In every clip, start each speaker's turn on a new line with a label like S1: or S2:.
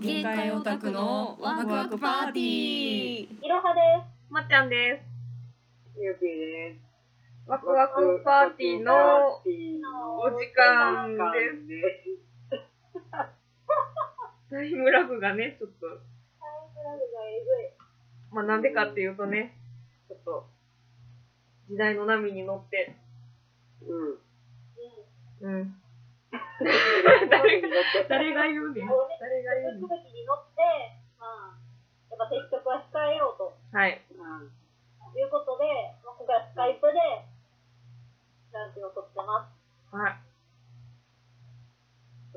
S1: 限界オタクのワクワクパーティー
S2: いろはで
S3: まっちゃんです。
S4: ゆきで
S3: ワ
S4: す。
S3: クワクパーティーの
S4: お
S3: お時間です。
S4: です。
S3: タイムラグがね、ちょっと、
S2: す。ラグがえぐい。
S3: まあなんでかっていうとね、ちょっと、時代の波に乗って、
S4: うん。
S3: うん。
S4: 誰が
S3: 誰が言うねん。
S2: こうね、
S3: 誰が言うね
S2: 吹雪に乗って、まあ、やっぱ接触は控えようと
S3: ん。はい。
S2: いうことで、まあ、今回はスカイプで、ランチを撮ってます。
S3: はい。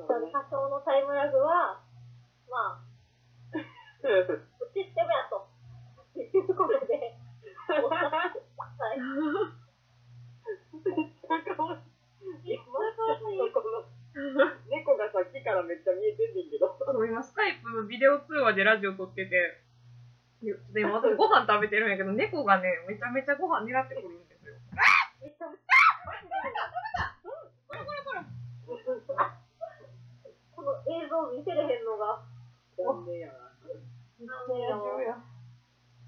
S2: 多少のタイムラグは、まあ、うちしてもやと。いうことで、お話しください。
S4: 猫がさっきからめっちゃ見えてんねんけど。
S3: そう、今スカイプのビデオ通話でラジオ撮ってて、で、今私ご飯食べてるんやけど、猫がね、めちゃめちゃご飯狙ってくるんですよ。
S2: この映像見せれへんのが、
S4: 残念やな。
S3: めっちゃ野獣や。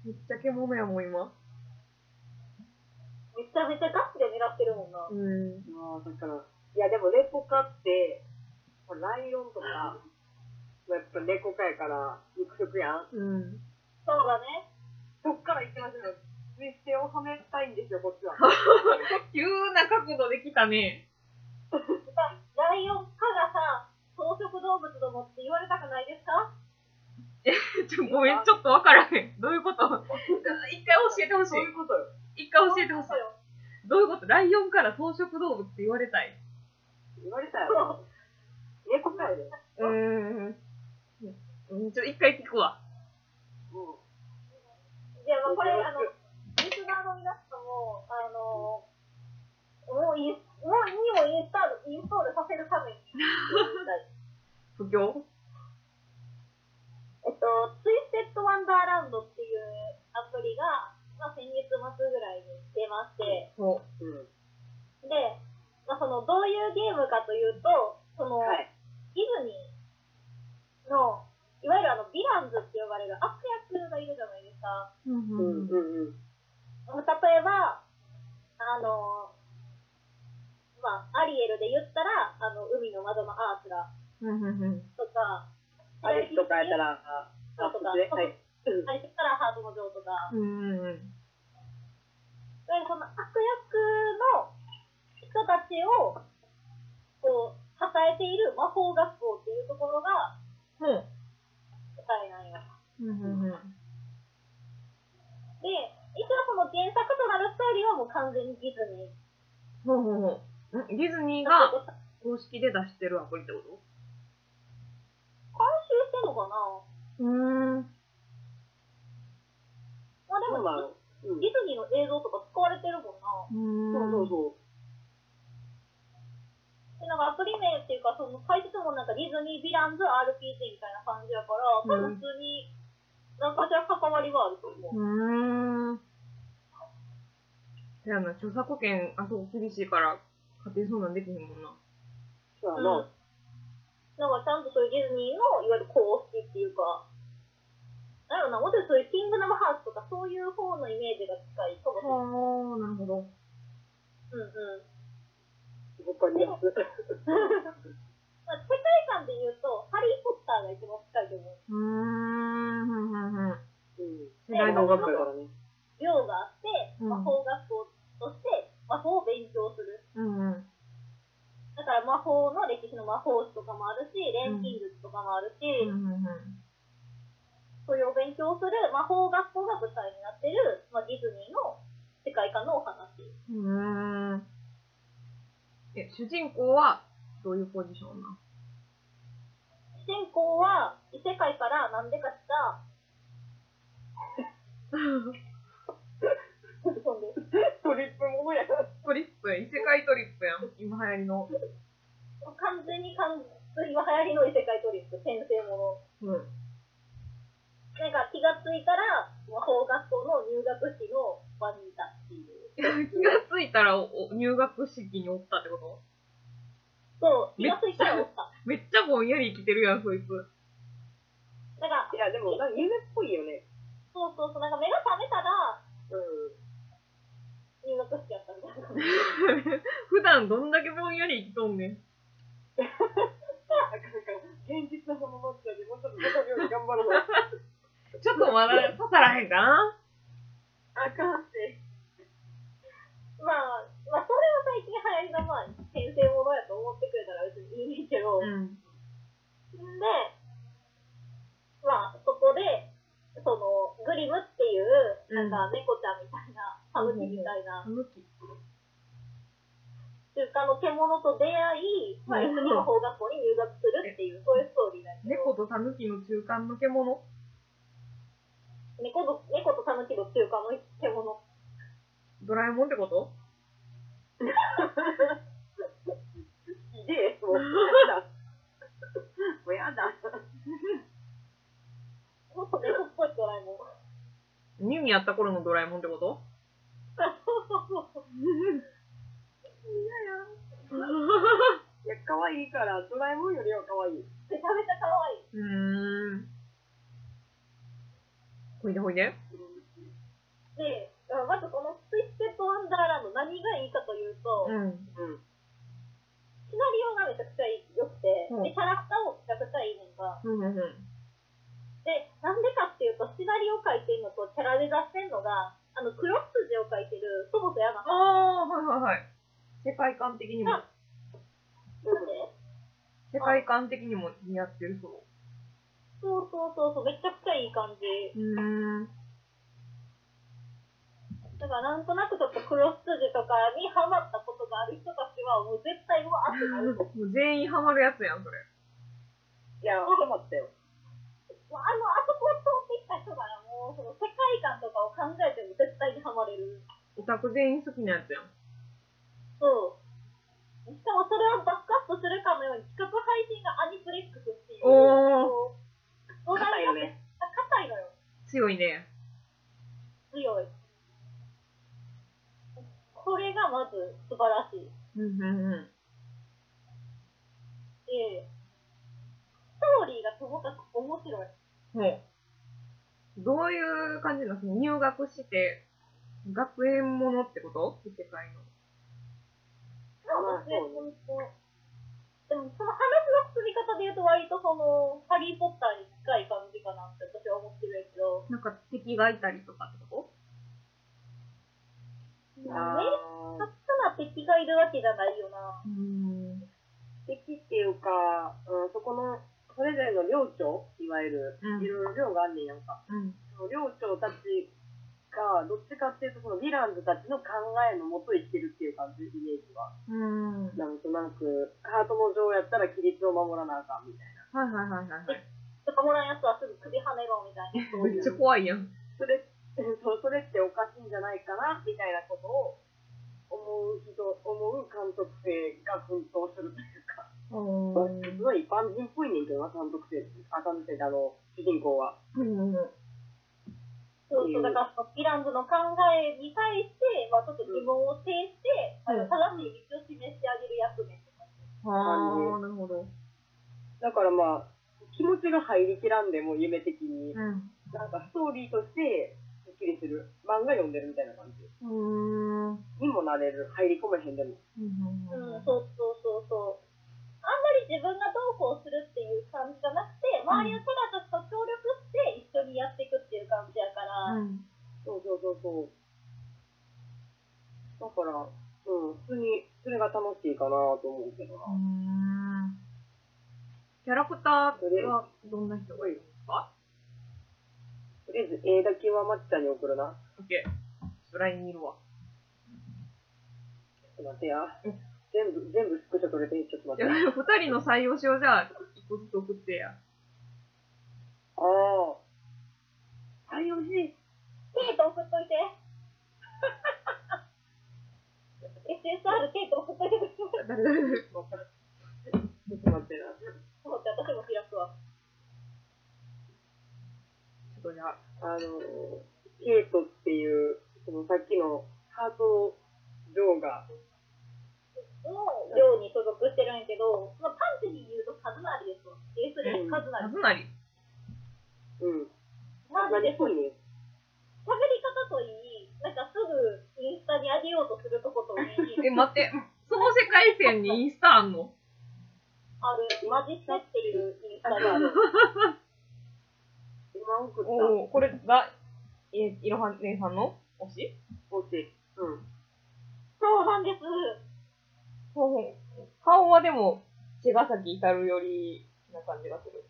S3: めっちゃ獣やもん、今。
S2: めちゃめちゃガチで狙ってるもんな。
S3: うん。
S4: ああ、だから、いやでも猫科って、まあライオンとか、まあやっぱ猫科やから、肉食やん。
S3: うん。
S2: そうだね。
S4: そっから行ってますよ。水星をはめたいんですよ、こっち は。
S3: 急な角度できたね。
S2: ライオンかがさ、草食動物どもって言われたくないですか
S3: ちょごめん、ちょっとわからへん。どういうこと一回教えてほし
S4: そういう
S3: い。
S4: ことよ。
S3: 一回教えてほしい。
S2: よ。
S3: どういうことライオンから草食動物って言われたい。
S4: 言われた よ。猫科やで。
S3: うーん。うんちょ、一回聞くわ。
S4: うん。
S2: じゃあ、まあ、これ、あの、リスナーの皆さんも、あの、もうイン、もういいをインスタール、インストールさせるた めに、
S3: 不況
S2: えっと、ツイステッドワンダーランドっていうアプリが、まあ、先月末ぐらいに出まして、
S3: そ
S4: うん。
S2: で、まあ、その、どういうゲームかというと、その、
S4: はい。
S2: ディズニーの、いわゆるあの、ヴィランズって呼ばれる悪役がいるじゃないですか。
S3: う。うん
S4: うんうんうん。
S2: 例えば、あの、まあ、アリエルで言ったら、あの、海の窓のアースラ
S3: うん。
S2: とか、
S4: あれとかやったら、あ、あ、
S2: と
S4: と
S2: か
S4: か。はい。うん
S2: あれ言ったらハートの女王とか、
S3: うん。
S2: いわゆるその悪役の人たちを、こう、支えている魔法学校っていうところが
S3: ほ
S2: 舞台なんよ。
S3: う。うん。
S2: で、一応その原作となるストーリーはもう完全にディズニー。
S3: ほうほうほう。んディズニーが公式で出してるアプリってこ
S2: 監修してんのかな
S3: とうん。
S2: まあで
S4: そうな
S2: も、
S4: のうん
S2: ディズニーの映像とか使われてるもんな。
S4: そうそうそう。
S2: でなんかアプリ名っていうか、その解説もなんかディズニー・ヴィランズ RPG みたいな感じやから、多
S3: う
S2: 分
S3: ん
S2: 普通に何かしら関わりはあると思う。
S3: うーん。せやな、著作権、あそこ厳しいから、家庭相談できへんもんな。
S4: そう
S2: うん
S4: やな。
S2: なんかちゃんとそういうディズニーのいわゆる公式っていうか、なんやろな、もうちょっとそういうキングダムハウスとかそういう方のイメージが近いかもしれない。
S3: はあ、なるほ
S2: う
S3: ど。
S2: んうん。
S4: 僕はね。
S2: まあ、世界観で言うと、ハリー・ポッターが一番近いと思う。
S3: うーん、ふんふんふん。
S4: うん。
S3: 世代の
S4: 動
S3: 音楽やか
S4: 画だか
S3: ら
S4: ね。
S2: 寮があって、
S3: う
S2: 魔
S3: ん
S2: 法学校として魔法を勉強する。
S3: うんうん。
S2: だから魔法の歴史の魔法史とかもあるし、錬金術とかもあるし、
S3: うんうん
S2: それを勉強する魔法学校が舞台になってる、まあ、ディズニーの世界観のお話。
S3: うん。うーん。え、主人公は、どういうポジションな
S2: 主人公は異世界から何でか した、飛び込んでる
S4: トリップものや。
S3: トリップや異世界トリップやん。今流行りの。
S2: 完全に完全に今流行りの異世界トリック、転生もの。
S3: うん。
S2: なんか気がついたら魔法学校の入学式の場にいたっていう。
S3: 気がついたらお、お入学式におったってこと
S2: そう、気
S3: めっ
S2: がついたらおった。
S3: めっちゃぼんやり生きてるやん、そいつ。
S4: や、でも、なんか夢っぽいよね。
S2: そうそうそう、なんか目が覚めたら
S4: うん。
S2: 入学しちゃったみたいな。
S3: 普段どんだけぼんやり生きとんねん。
S4: なんか、現実のそのままじゃ、もうちょっと中身を頑張ろう。
S3: ちょっとまだ刺さらへんかな
S4: あかんって。
S2: まあ、まあ、それは最近流行りの、まあ、先生ものやと思ってくれたら別にいいねんけど、
S3: ん。
S2: んで、まあ、そこで、その、グリムっていう、
S3: うん
S2: なんか猫ちゃんみたいな、ハムキみたいな、
S3: 向き。
S2: 中華の獣と出会い、まあ、
S3: うん
S2: 次の法学校に入学するっていう、そういうストーリーなんだけ
S3: 猫
S2: ど、
S3: と狸の中間の獣
S2: 猫と、猫と狸の中華の獣。
S3: ドラえもんってこと
S4: ひでえ、もう、や だ。もうやだ。
S2: もっと猫っぽいドラえもん。
S3: ニューにやった頃のドラえもんってこと
S4: いや、可愛いから、ドラえもんよりは可愛い。
S2: めちゃめちゃ可愛い。
S3: うーん。ほいでほいで。
S2: で、まずこのツイステッドワンダーランド何がいいかというと、
S3: ん。
S4: うん。
S2: シナリオがめちゃくちゃ良くて、
S3: うん
S2: で、キャラクターもめちゃくちゃいいねんが、
S3: うんうんうん。
S2: で、なんでかっていうと、シナリオ書いてるのとキャラで出してんのが、あの、黒筋を書いてる、そもそやな
S3: あ。あ、はいはいはい。世界観的にも、
S2: なんで
S3: 世界観的にも似合ってるそ
S2: そうそうそうそう、めちゃくちゃいい感じ。
S3: う。うーん。
S2: だからなんとなくちょっと黒筋とかにハマったことがある人たちは、もう絶対うわーってなる。
S3: もう全員ハマるやつやん、それ。
S4: いや、困ったよ。
S2: もうあの、あそこを通ってきた人ならもう、その世界観とかを考えても絶対にハマれる。
S3: オタク全員好きなやつやん。
S2: そう。しかもそれをバックアップするかのように企画配信がアニプレックスっていう。
S3: おー、
S2: 土台が
S4: 硬いよ
S2: めっち
S4: ね
S2: ゃ硬いのよ。
S3: 強いね。
S2: 強い。これがまず素晴らしい。
S3: うんうんうん。
S2: で、ストーリーがともかく面白い。
S3: ほう。どういう感じなんですか入学して、学園ものってこと異世界の。
S4: あまあそうね
S2: 本当でもその話の進み方で言うと割とその、ハリー・ポッターに近い感じかなって私は思ってるんやけど、
S3: なんか敵がいたりとかってこ
S2: 明
S4: あ
S2: 確な敵がいるわけじゃないよな。
S3: とうん。
S4: ー敵っていうか、うん、そこの、それぞれの領長いわゆる、
S3: うん
S4: いろいろ領があんねんやんか。
S3: うん。
S4: その領長たちが、どっちかっていうと、そのヴィランズたちの考えのもと生きてるっていう感じ、イメージは。
S3: うん。はい
S4: なんとなく、ハートの女王やったら規律を守らなあかんみたい
S3: はい
S4: な。
S3: はいはい
S2: ち
S3: はい。
S2: ょっともらんやつはすぐ首跳ねろみたいな。
S4: そう
S3: めっ
S4: いう
S3: ちゃ怖いやん。
S4: それ、そうそれっておかしいんじゃないかな、みたいなことを思う人、思う監督生が奮闘するというか、
S3: うん。
S4: すごい一般人っぽいねんけどな、監督生、あ、監督生ってあの、主人公は。
S3: うん。
S2: そうそう、だからそのヴィランズの考えに対して、まあちょっと疑問を呈して、あの
S3: うん
S2: 正しい道を示してあげる役目って感じ。
S3: ああ、なるほど。
S4: だからまあ、気持ちが入りきらんでも夢的
S3: う
S4: に、
S3: ん。
S4: なんかストーリーとして、すっきりする。漫画読んでるみたいな感じ。
S3: うん。
S4: にもなれる。入り込めへんでも。
S3: う
S2: う
S3: ん
S2: ん、そうそうそうそう。あんまり自分がどうこうするっていう感じじゃなくて、周りの人がちょっと協力して一緒にやっていくっていう感じやから、
S3: うん。
S4: そうそうそうそう。だから、うん、普通に、それが楽しいかなと思うけどな。
S3: うんキャラクターはどんな人がいるんですか
S4: とりあえず、絵だけはまっちゃんに送るな。
S3: オッケー。ちょっと LINE にいるわ。
S4: ちょっと待ってや
S3: うん。
S4: 全部、全部スクショ取れて、ちょっと
S3: い
S4: 待
S3: や
S4: って。
S3: 二人の採用しようじゃあ、一個ずつ送ってや。
S4: ああ。はい、おいしい。
S2: ケイト送っといて。SSR ケイト送っといてくれる
S3: 誰誰誰
S4: ちょっと待ってな。
S2: と思って私も開くわ。
S3: ちょっとじゃあ、
S4: あの、ケイトっていう、そのさっきのハート女王が、
S2: の寮に所属してるんやけど、まあ、パンチに言うとカズナリですわ。要するにカズナ
S3: カ
S2: リ。
S3: ズナリ。
S4: うん。
S2: 感
S4: 何
S2: じで、
S4: っぽ
S2: 喋り
S4: いね。
S2: 方といい、なんかすぐインスタに上げようとするとこといい、
S3: え、待って、その世界線にインスタあんの
S2: ある、マジセっていうインスタがある。
S4: 今送った。
S3: おお、これが、え、いろはねさんの推し
S4: おし。うん。
S2: そうなんです。
S3: ほうほう顔はでも、茅ヶ崎至るよりな感じがする。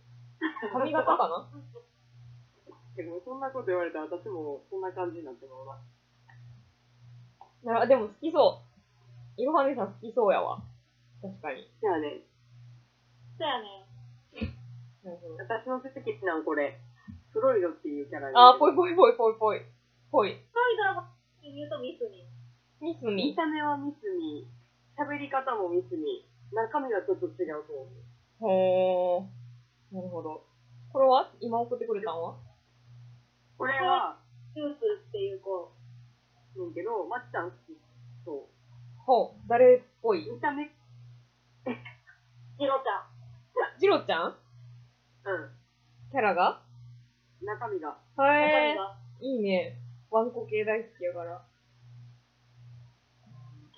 S3: 髪型かな
S4: でもそんなこと言われたら私もそんな感じになってもら
S3: なでも好きそう。いろはねさん好きそうやわ。確かに。
S4: じゃあね、
S2: そうやね。
S3: なるほど
S4: 私の出てきたのこれ、フロイドっていうキャラ
S3: あー、ぽい
S4: い。
S3: ぽいぽいぽいぽい。ぽい。
S2: そういうドラマに言うとミスに。
S3: ミス
S4: 見
S3: ミ。
S4: た目はミスミ、喋り方もミスミ、中身がちょっと違うと思う。
S3: ほー。なるほど。これは今送ってくれたんは
S4: これは、
S2: ジュースっていう子。
S4: ねんけど、まっちゃん好き。そ。
S3: ほう。誰っぽいう
S4: 見た目、うん。
S2: ジロちゃん。
S3: ジロちゃんキャラが
S4: 中身が。
S3: へ
S2: 中身が
S3: ー。いいね。ワンコ系大好きやか
S2: ちょ
S3: ら。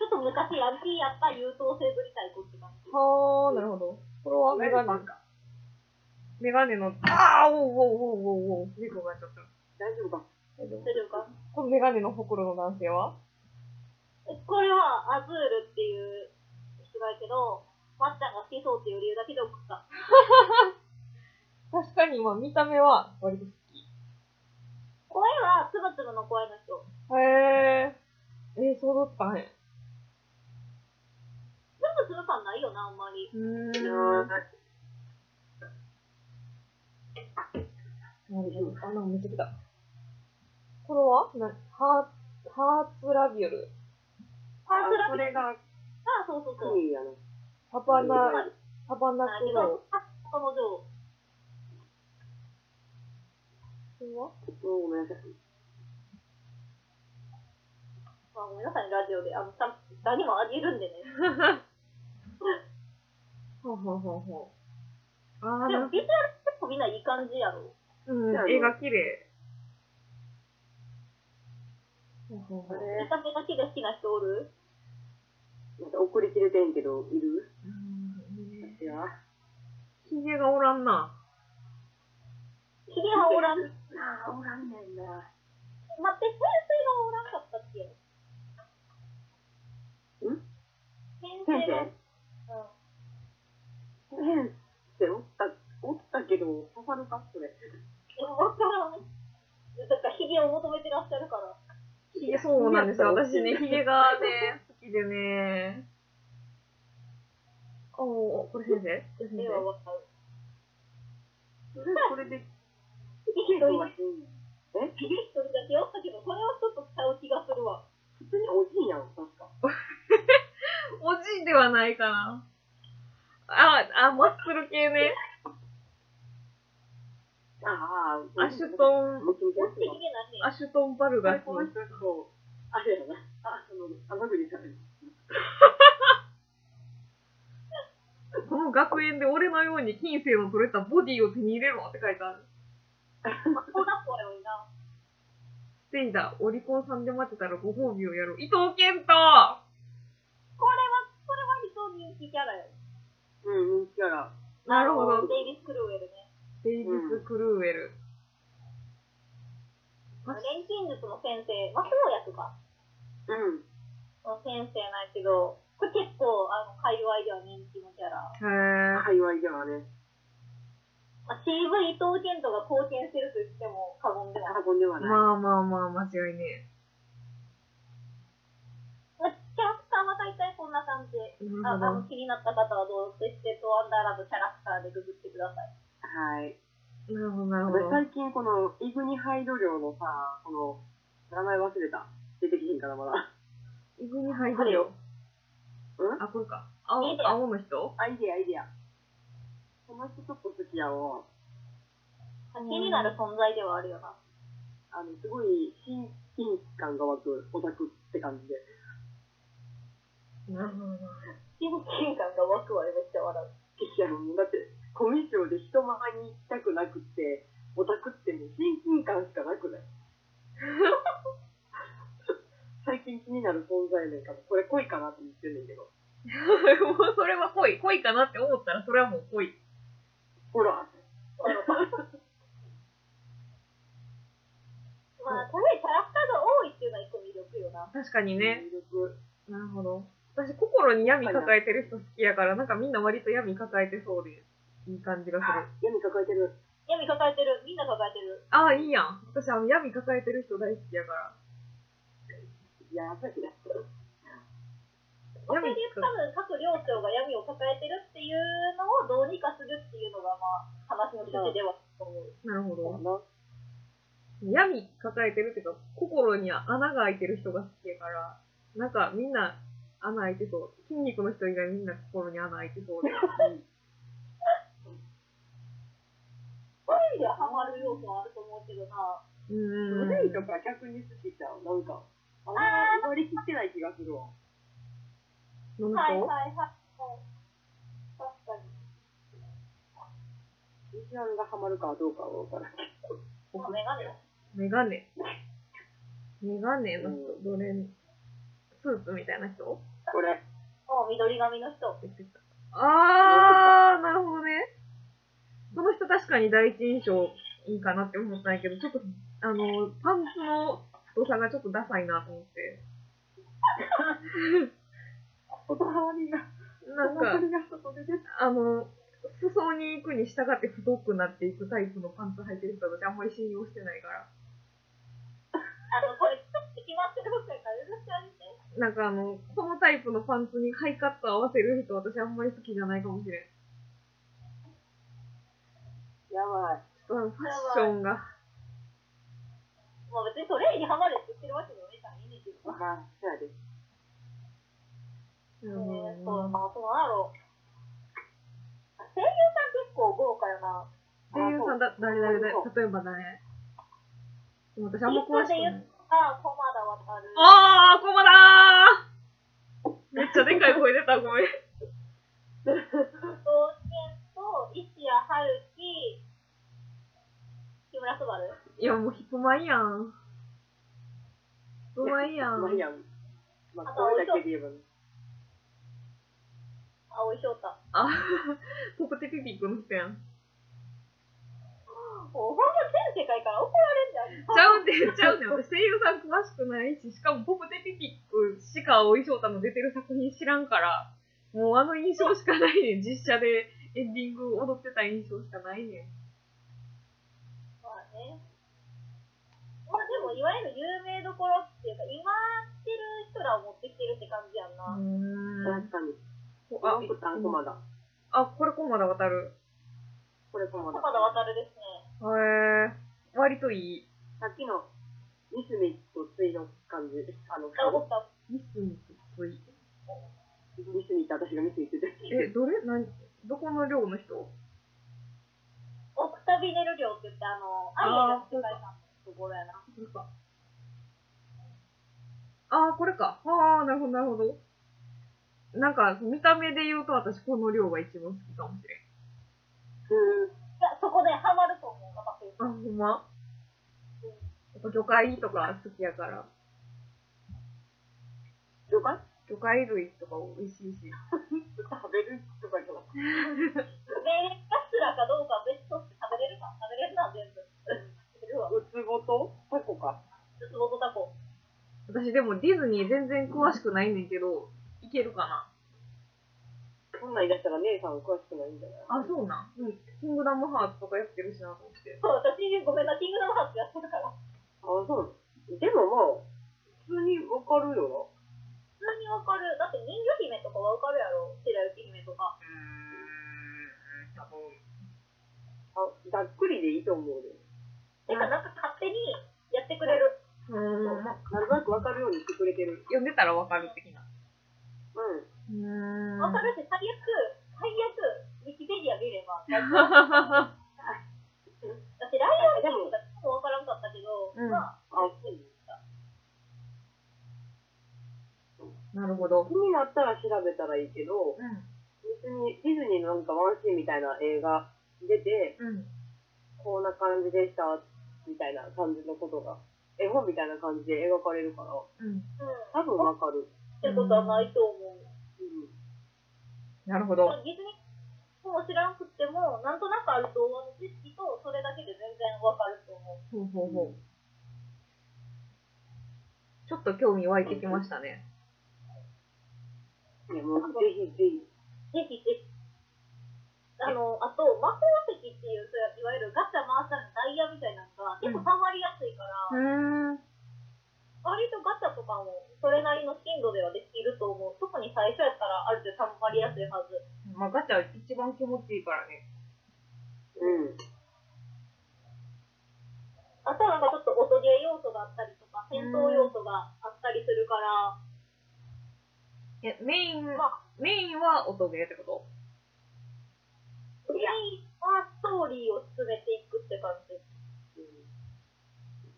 S2: っと昔ヤンキーやった優等生ぶりたい子って感じ。
S3: はー、なるほど。これはメガネ
S4: 大。
S3: メガネの、あー、おうおうおうおうおう。猫がちょっと。
S4: 丈夫か
S3: 大丈夫
S2: 大丈夫か
S3: このメガネのほくろの男性は
S2: えこれはアズールっていう人がいるけど、まっちゃんが好きそうっていう理由だけで送った。
S3: 確かに、まあ見た目は割と好
S2: 声はつぶつぶの声の人。
S3: き。へー。えー、そうだったね。
S2: つぶつぶ感ないよな、あんまり。
S3: うー。
S4: うんん。
S3: なるほど。あ、なんかめっちゃ来た。これはなハーツ、ハーツラビュル。
S2: パー
S4: あ
S2: ツラ
S4: そ
S2: ビ
S4: れが、
S2: あ、そうそうそう。
S4: クミやな。
S3: サバナ、
S2: はい
S3: サバナクロウ。
S2: この女王。
S3: これは
S4: ごめんなさい。
S2: まあ、ごめんなさい、ラジオで。あの、ちゃん何もあげるんでね。
S3: ほうほうほうほう。あ
S2: で
S3: ー、な
S2: も、
S3: ん
S2: ビジュアル結構みんないい感じやろ。
S3: うん、絵が綺麗。ほうほうほ
S4: あ
S3: う
S2: 見
S4: れ、
S2: た目だけで好きな人おる
S4: なんか送り切れてんけど、いる
S3: うんね
S4: いや。
S3: ヒゲがおらんな。
S2: ヒゲはおらん。待
S4: あー、おらんねんな。
S2: って、先生がおらんかったっけ
S4: ん
S2: 先
S4: 先
S2: 生が。
S4: 生
S2: うん。
S4: 先生おった、おったけど、刺さるかそれ。
S2: でもわからん。だから、ヒゲを求めてらっしゃるから。
S3: ヒゲ、そうなんですよ。私ね、ヒゲがね、好きでね。おお、これ先生これ先
S2: ではわかる。
S4: それ、それで、
S2: ヒゲ一
S4: ヒゲ
S2: 人
S4: が
S2: だ
S4: 死んえ
S2: ヒゲ一人だけおったけど、これはちょっとちゃう気がするわ。
S4: 普通におじいやん、確か。
S3: おじいではないかな。あ、あ、マッスル系ね。
S4: ああ、
S3: アシュトン、
S4: もう君
S2: お
S4: た
S2: ってヒゲなんね。
S3: アシュトンバル
S4: あ
S3: ガ
S4: れ、
S3: ス。
S4: この人、そう、あれやな。あ、その、あの国さん。
S3: この学園で俺のように金星の取れたボディを手に入れろって書いてある。
S2: 小学校やろいな。
S3: せいだ、オリコンさんで待ってたらご褒美をやろう。伊藤健太
S2: これは、これは人人気キャラや。
S4: うん、人気キャラ。
S3: なるほど
S2: デイビス・クルーエルね。
S3: デイビス・クルーエル。
S2: 錬金術の先生、魔法薬か。
S4: うん。
S2: の先生なんやけど、これ結構、あの、界隈では人気のキャラ。
S3: へぇ
S4: 界隈ではね、
S2: まあ、CV 伊藤健人が貢献してると言っても過言ではない。
S4: 運んではない。
S3: まあまあまあ、間違いねえ。
S2: まあ、キャラクターは大体こんな感じ。ああ
S3: な
S2: の、
S3: る
S2: 気になった方はどうせしてとアンダーラブキャラクターでググってください。
S4: はい。
S3: ほど。なるほど、なるほど。
S4: 俺最近この、イグニハイド量のさ、この、名前忘れた。出てきひんからまだ。
S3: イグニハイドリオ。
S4: うん
S3: あ、これか。青、青の人
S4: アイデア、アイデア。この人ちょっと好きやわ。
S2: まあ気になる存在ではあるよな。
S4: あの、すごい親近感が湧く、オタクって感じで。
S3: なるほどな。
S2: 親近感が湧くわよ、めっちゃ笑う。
S4: いや、もうだって、コミュ障で人前に行きたくなくって、オタクってもう親近感しか 濃いかなって言ってんねんけど。
S3: も うそれは濃い。濃いかなって思ったら、それはもう濃い。
S4: ほら。
S2: まあ、すごいキャラクターが多いっていうのは一個魅力よな。
S3: 確かにね。
S4: 魅力。
S3: なるほど。私、心に闇抱えてる人好きやから、なんかみんな割と闇抱えてそうで、いい感じがする。
S4: 闇抱えてる。
S2: 闇抱えてる。みんな抱えてる。
S3: ああ、いいやん。私、あの、闇抱えてる人大好きやから。
S4: やばいな。
S2: それで言うと多分各領長が闇を抱えてるっていうのをどうにかするっていうのが、まあ、話の趣旨ではと思う。
S3: なるほ
S4: そう
S3: ど
S4: や。な。
S3: 闇抱えてるっていうか、心に穴が開いてる人が好きやから、なんかみんな穴開いてそう。筋肉の人以外みんな心に穴開いてそうで。
S2: そ ういう意味ではハマる要素はあると思うけどな。
S3: うーん。
S4: 無いとか逆に好きちゃう。なんか。あんまり割り切ってない気がするわ。
S3: 飲む
S2: はい
S3: と
S2: はいはい。はい確かに。
S4: ミシアンがハマるかどうかは分からんけ
S2: まあ、メガネだ。
S3: メガネ。 メガネの人、どれにスーツみたいな人
S4: ど。これ。
S2: もう緑髪の人。
S3: 言ってたあ ー、なるほどね。この人確かに第一印象いいかなって思ったんやけど、ちょっと、あの、パンツの太さがちょっとダサいなと思って。
S4: 外側にな、
S3: なんか、
S4: 外側が外で出て
S3: あの、裾に行くに従って太くなっていくタイプのパンツ履いてる人私あんまり信用してないから。
S2: あの、これ、ちょっと決まってることやから許してあげて。
S3: なんかあの、このタイプのパンツにハイカット合わせる人私あんまり好きじゃないかもしれん。
S4: やばい。
S3: ちょっとあのファッションが。
S2: まあ、別にそれにハマるって言ってるわけじゃないからいいねんけど。
S4: まあ、そうやで。
S2: え
S3: う
S2: ー、
S3: ん
S2: そう、まあ、そうなんやろう。声優さん結構豪華よな。
S3: 声優さんだ、誰誰誰例えば誰でも私あんま詳しくない。
S2: あ、駒田渡る。
S3: あー、コマだーめっちゃでかい声出た、ごめん。
S2: 道県と石谷春樹、木村昴。
S3: いや、もうヒップマンやん。ヒップマンやん。
S4: まあ、いいやん。まあ、これだけで言えばね。
S2: 青井翔太。
S3: あ、 ポプテピピックの人やん。
S2: もうほんま全世界から怒られんじゃん。
S3: ちゃうねん、ちゃうねん。私声優さん詳しくないし、しかもポプテピピックしか青井翔太の出てる作品知らんから、もうあの印象しかないねん。実写でエンディング踊ってた印象しかないねん。
S2: まあね。まあでも、いわゆる有名どころっていうか、今ってる人らを持ってきてるって感じやんな。
S3: う
S4: 確かに。
S3: ーん。
S4: あ、
S3: あ、
S4: こたんこまだ。
S3: あ、これ駒田渡る。
S4: これこま
S2: 駒
S4: だ
S2: 田。渡るですね。
S3: へえー、割といい。
S4: さっきの、ミスミとついの感じ。あの、
S2: あ、僕は、
S3: ミスミスつい。
S4: ミスミって私がミスミってて。
S3: え、どれ何どこの寮の人
S2: オクタビネル寮って言って、あの、アニメの世界観のところやな。
S3: これか。あー、これか。あー、なるほど、なるほど。なんか、見た目で言うと私、この量が一番好きかもしれん。
S4: うん。
S2: いや、そこでハマると思う、私。
S3: あ、ほんまやっぱ魚介とか好きやから、
S4: 魚介
S3: 魚介類とか美味しいし。
S4: 食べるとかじゃなくて。
S2: 名がすらかどうかは別として食べれるか食べれるな、全部。食べれるわ。
S4: うつぼとタコか。
S2: つぼとタコ。
S3: 私でもディズニー全然詳しくないねんけど、いけるかな
S4: こんなん言い出したら姉さん詳しくないんじゃな
S3: あ、
S4: い
S3: そうなんうん。キングダムハーツとかやってるしなと思って。
S2: そう、私、ごめんな、キングダムハーツやってるから。普
S4: あ、そう。でもまあ、普通にわかるよ
S2: 通にわかる。だって人魚姫とかはわかるやろ。白雪姫とか。
S3: 多分。
S4: な。あ、ざっくりでいいと思うで。
S2: てか、なんか勝手にやってくれる。
S3: うーん。
S4: なんとなくわかるようにしてくれてる。
S3: 読んでたらわかる的な。
S4: うん。
S3: うーん
S2: わかるし、最悪、最悪、ウィキペディア見れ ば。だって、ライオンキングがちょっとわからんかったけど、
S3: うん
S2: まあ、
S4: あ、そう。
S3: なるほど。
S4: 気になったら調べたらいいけど、別にディズニーのなんかワンシーンみたいな映画出て、
S3: うん。うん。
S4: こんな感じでした、みたいな感じのことが、絵本みたいな感じで描かれるから、
S3: うん。
S2: うん。
S4: 多分わかる。
S2: ってことはないと思う。
S3: なるほど。
S2: 別に、もう知らんくっても、なんとなくある動画の知識と、それだけで全然わかると思う。
S3: ほうほうほう。ちょっと興味湧いてきましたね。
S4: いやもうぜひぜひ。
S2: ぜひぜひ。あの、あと、魔法石っていう、そういわゆるガチャ回したのダイヤみたいなのが、結構触りやすいから、
S3: ん。
S2: 割とガチャとかも、それなりの頻度ではできると思う。特に最初やったら、ある程度触りやすいはず。
S3: まあ、ガチャ一番気持ちいいからね。
S4: うん。
S2: あとはなんかちょっと音ゲー要素があったりとか、戦闘要素があったりするから、
S3: え、メイン、
S2: まあ、
S3: メインは音ゲーってこと
S2: メインはストーリーを進めていくって感じ。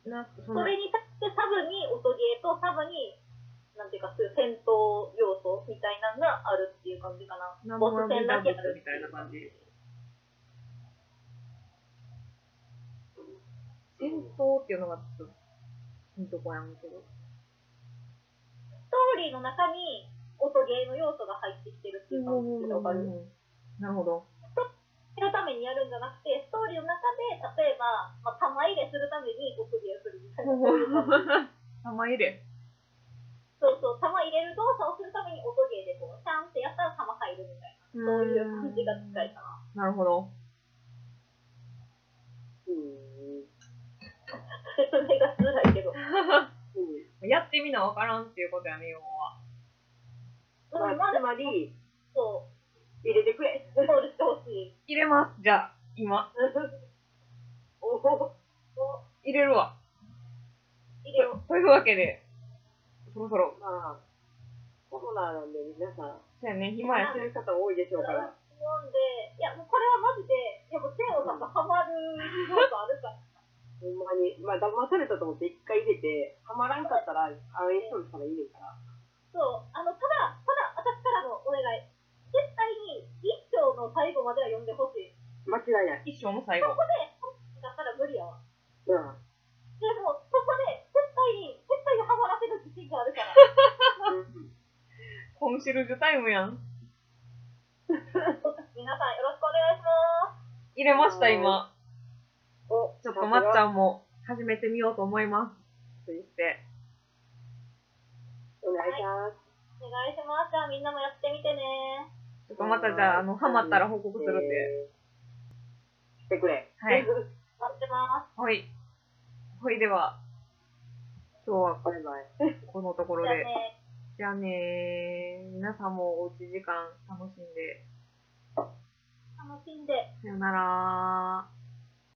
S3: な、そ
S2: それに対してサブに音ゲーとサブに、なんていうか、そういう戦闘要素みたいなのがあるっていう感じかな。
S3: ナン
S2: ボ
S3: バ
S2: ス
S3: ー
S2: 戦
S3: ビ
S2: だ
S3: ダブ
S2: け
S3: ル
S2: ある
S3: みたいな感じ。戦闘っていうのがちょっと、ピンとこやんけど。
S2: ストーリーの中に音ゲーの要素が入ってきてるっていう感じの感じ。
S3: なるほ ど。
S2: やるためにやるんじゃなくて、ストーリーの中で、例えば、まあ、玉入れするためにごクリアするみたいな。そういう感じ
S3: 玉入れ。
S2: そうそう、玉入れる動作をするために音ゲーでこう、シャンってやったら玉入るみたいな。
S3: そ
S2: そういう感じが近い。かな。
S3: なるほど。
S4: うん。
S2: 説明がしづらいけど。うん
S4: うん。
S3: やってみなわからんっていうことやね、要は。
S2: ま
S4: ま
S2: あ、
S4: あ、
S2: で
S4: つ
S2: も、
S4: まり、
S2: そ
S4: 入れてくれ。
S2: う、ゴールしてほしい。
S3: 入れます、じゃあ、 今。
S4: おお。
S3: 入れるわ。
S2: 入れよう。
S3: というわけで、そろそろ、
S4: まあ、コロナなんで皆さん、
S3: そうやね、暇や
S4: そういう方多いでしょうから。
S2: 飲んで、いや、もうこれはマジで、いや、もう手をなんかハマる要素あるから。
S4: ほんまに、まあ、騙されたと思って一回入れて、はまらんかったら、あの、一人したらいいねんから。
S2: そう、あの、ただ、ただ、私からのお願い。絶対に、一章の最後までは読んでほしい。
S4: 間違いない。
S3: 一生の最
S2: そ
S3: 後
S2: こ。で、だったら無理やわ。
S4: うん。
S2: でも、そこで、絶対に、絶対にハマらせる自信があるから。
S3: コンシェルジュタイムやん。
S2: 皆さん、よろしくお願いします。
S3: 入れました、今。
S4: お、
S3: ちょっとまっち
S4: ん。
S3: ゃんも始めてみようと思います。そして、
S4: お願いします。
S2: お願いします。じゃあ、みんなもやってみてね。
S3: ちょっとまたじゃあ、あの、ハマったら報告するんで。
S4: えーしてくれ。
S3: はい。
S2: 待ってます。
S3: ほい。ほいでは、今日は
S4: バイバイ。
S3: このところ
S2: じゃあ
S3: で。
S2: ね、
S3: じゃあねー。皆さんもおうち時間楽しんで。
S2: 楽しんで。
S3: さよならー。